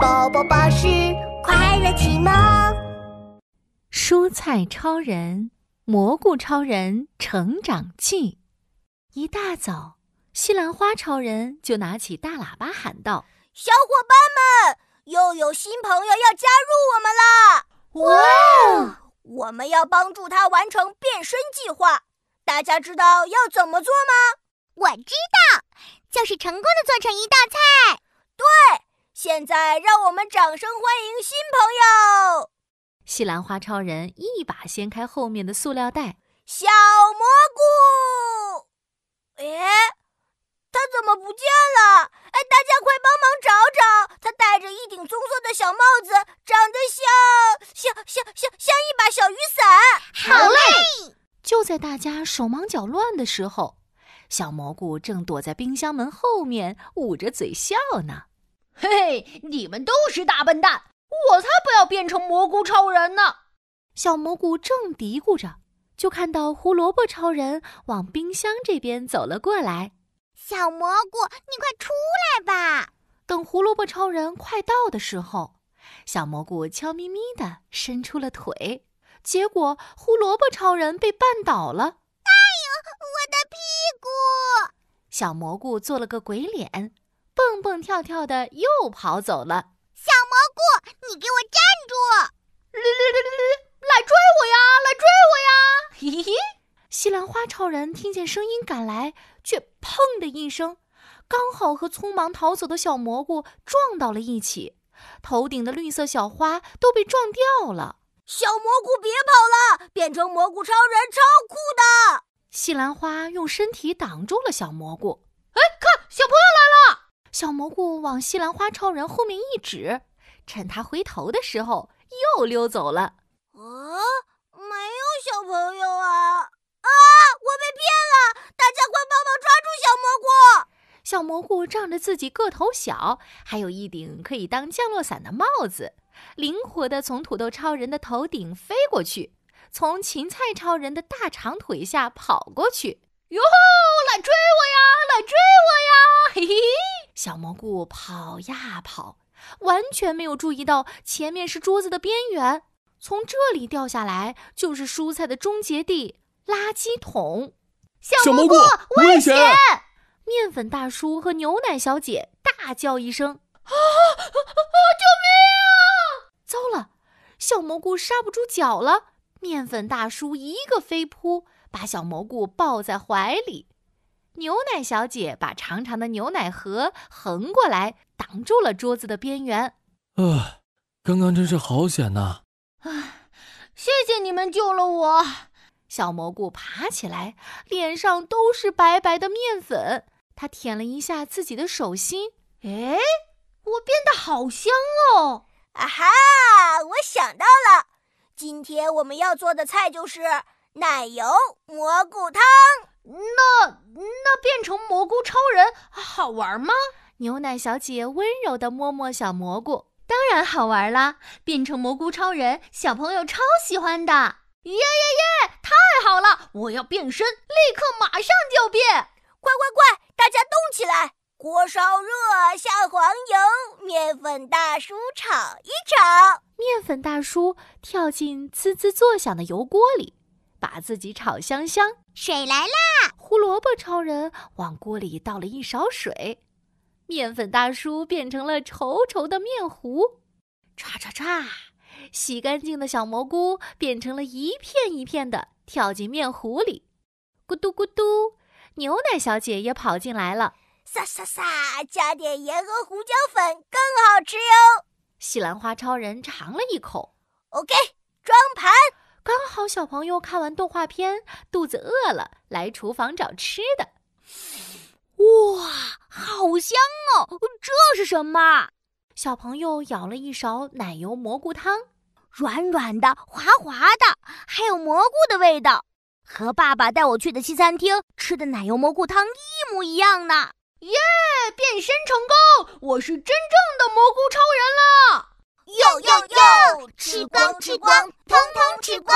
宝宝巴士快乐启蒙。蔬菜超人、蘑菇超人成长记。一大早，西兰花超人就拿起大喇叭喊道小伙伴们，又有新朋友要加入我们啦！哦哇，哦我们要帮助他完成变身计划。大家知道要怎么做吗？我知道，就是成功的做成一道菜。现在让我们掌声欢迎新朋友：：“西兰花超人一把掀开后面的塑料袋，小蘑菇。哎，他怎么不见了？哎，大家快帮忙找找！他戴着一顶棕色的小帽子，长得像像像像像一把小雨伞。好嘞，就在大家手忙脚乱的时候，小蘑菇正躲在冰箱门后面捂着嘴笑呢。嘿 嘿，你们都是大笨蛋！我才不要变成蘑菇超人呢！小蘑菇正嘀咕着，就看到胡萝卜超人往冰箱这边走了过来。小蘑菇，你快出来吧！等胡萝卜超人快到的时候，小蘑菇悄咪咪地伸出了腿，结果胡萝卜超人被绊倒了。哎我的屁股，小蘑菇做了个鬼脸，蹦蹦跳跳的又跑走了。小蘑菇，你给我站住！来追我呀，来追我呀！嘿 嘿嘿，西兰花超人听见声音赶来，却砰的一声，刚好和匆忙逃走的小蘑菇撞到了一起，头顶的绿色小花都被撞掉了。小蘑菇别跑了，变成蘑菇超人超酷的！西兰花用身体挡住了小蘑菇，哎看小朋友来了！小蘑菇往西兰花超人后面一指，趁他回头的时候又溜走了。哦啊，没有小朋友啊！啊，我被骗了！大家快帮忙抓住小蘑菇！小蘑菇仗着自己个头小，还有一顶可以当降落伞的帽子，灵活地从土豆超人的头顶飞过去，从芹菜超人的大长腿下跑过去。哟吼，来追我呀，来追我呀！嘿嘿嘿，小蘑菇跑呀跑，完全没有注意到前面是桌子的边缘，从这里掉下来就是蔬菜的终结地——垃圾桶。小蘑菇哦危险！面粉大叔和牛奶小姐大叫一声：“啊啊啊！救命啊！”糟了，小蘑菇刹不住脚了。面粉大叔一个飞扑，把小蘑菇抱在怀里。牛奶小姐把长长的牛奶盒横过来，挡住了桌子的边缘。啊，刚刚真是好险呐、谢谢你们救了我。啊小蘑菇爬起来，脸上都是白白的面粉。它舔了一下自己的手心，哎，我变得好香哦！啊哈！我想到了，今天我们要做的菜就是奶油蘑菇汤。那呃那变成蘑菇超人好玩吗？牛奶小姐温柔地摸摸小蘑菇。当然好玩啦！变成蘑菇超人，小朋友超喜欢的。耶耶耶！太好了，我要变身，立刻马上就变。快快快，大家动起来！锅烧热，下黄油，面粉大叔炒一炒。面粉大叔跳进滋滋作响的油锅里，把自己炒香香。水来了，胡萝卜超人往锅里倒了一勺水，面粉大叔变成了稠稠的面糊。唰唰唰，洗干净的小蘑菇变成了一片一片的跳进面糊里。咕嘟咕嘟，牛奶小姐也跑进来了。撒撒撒，加点盐和胡椒粉更好吃哟。西兰花超人尝了一口， OK，装盘。刚好小朋友看完动画片，肚子饿了，来厨房找吃的。哇，好香哦！这是什么？小朋友舀了一勺奶油蘑菇汤，软软的、滑滑的，还有蘑菇的味道，和爸爸带我去的西餐厅吃的奶油蘑菇汤一模一样呢。哎，变身成功！我是真正的蘑菇超人了。哟哟哟，吃光吃光，通通吃光！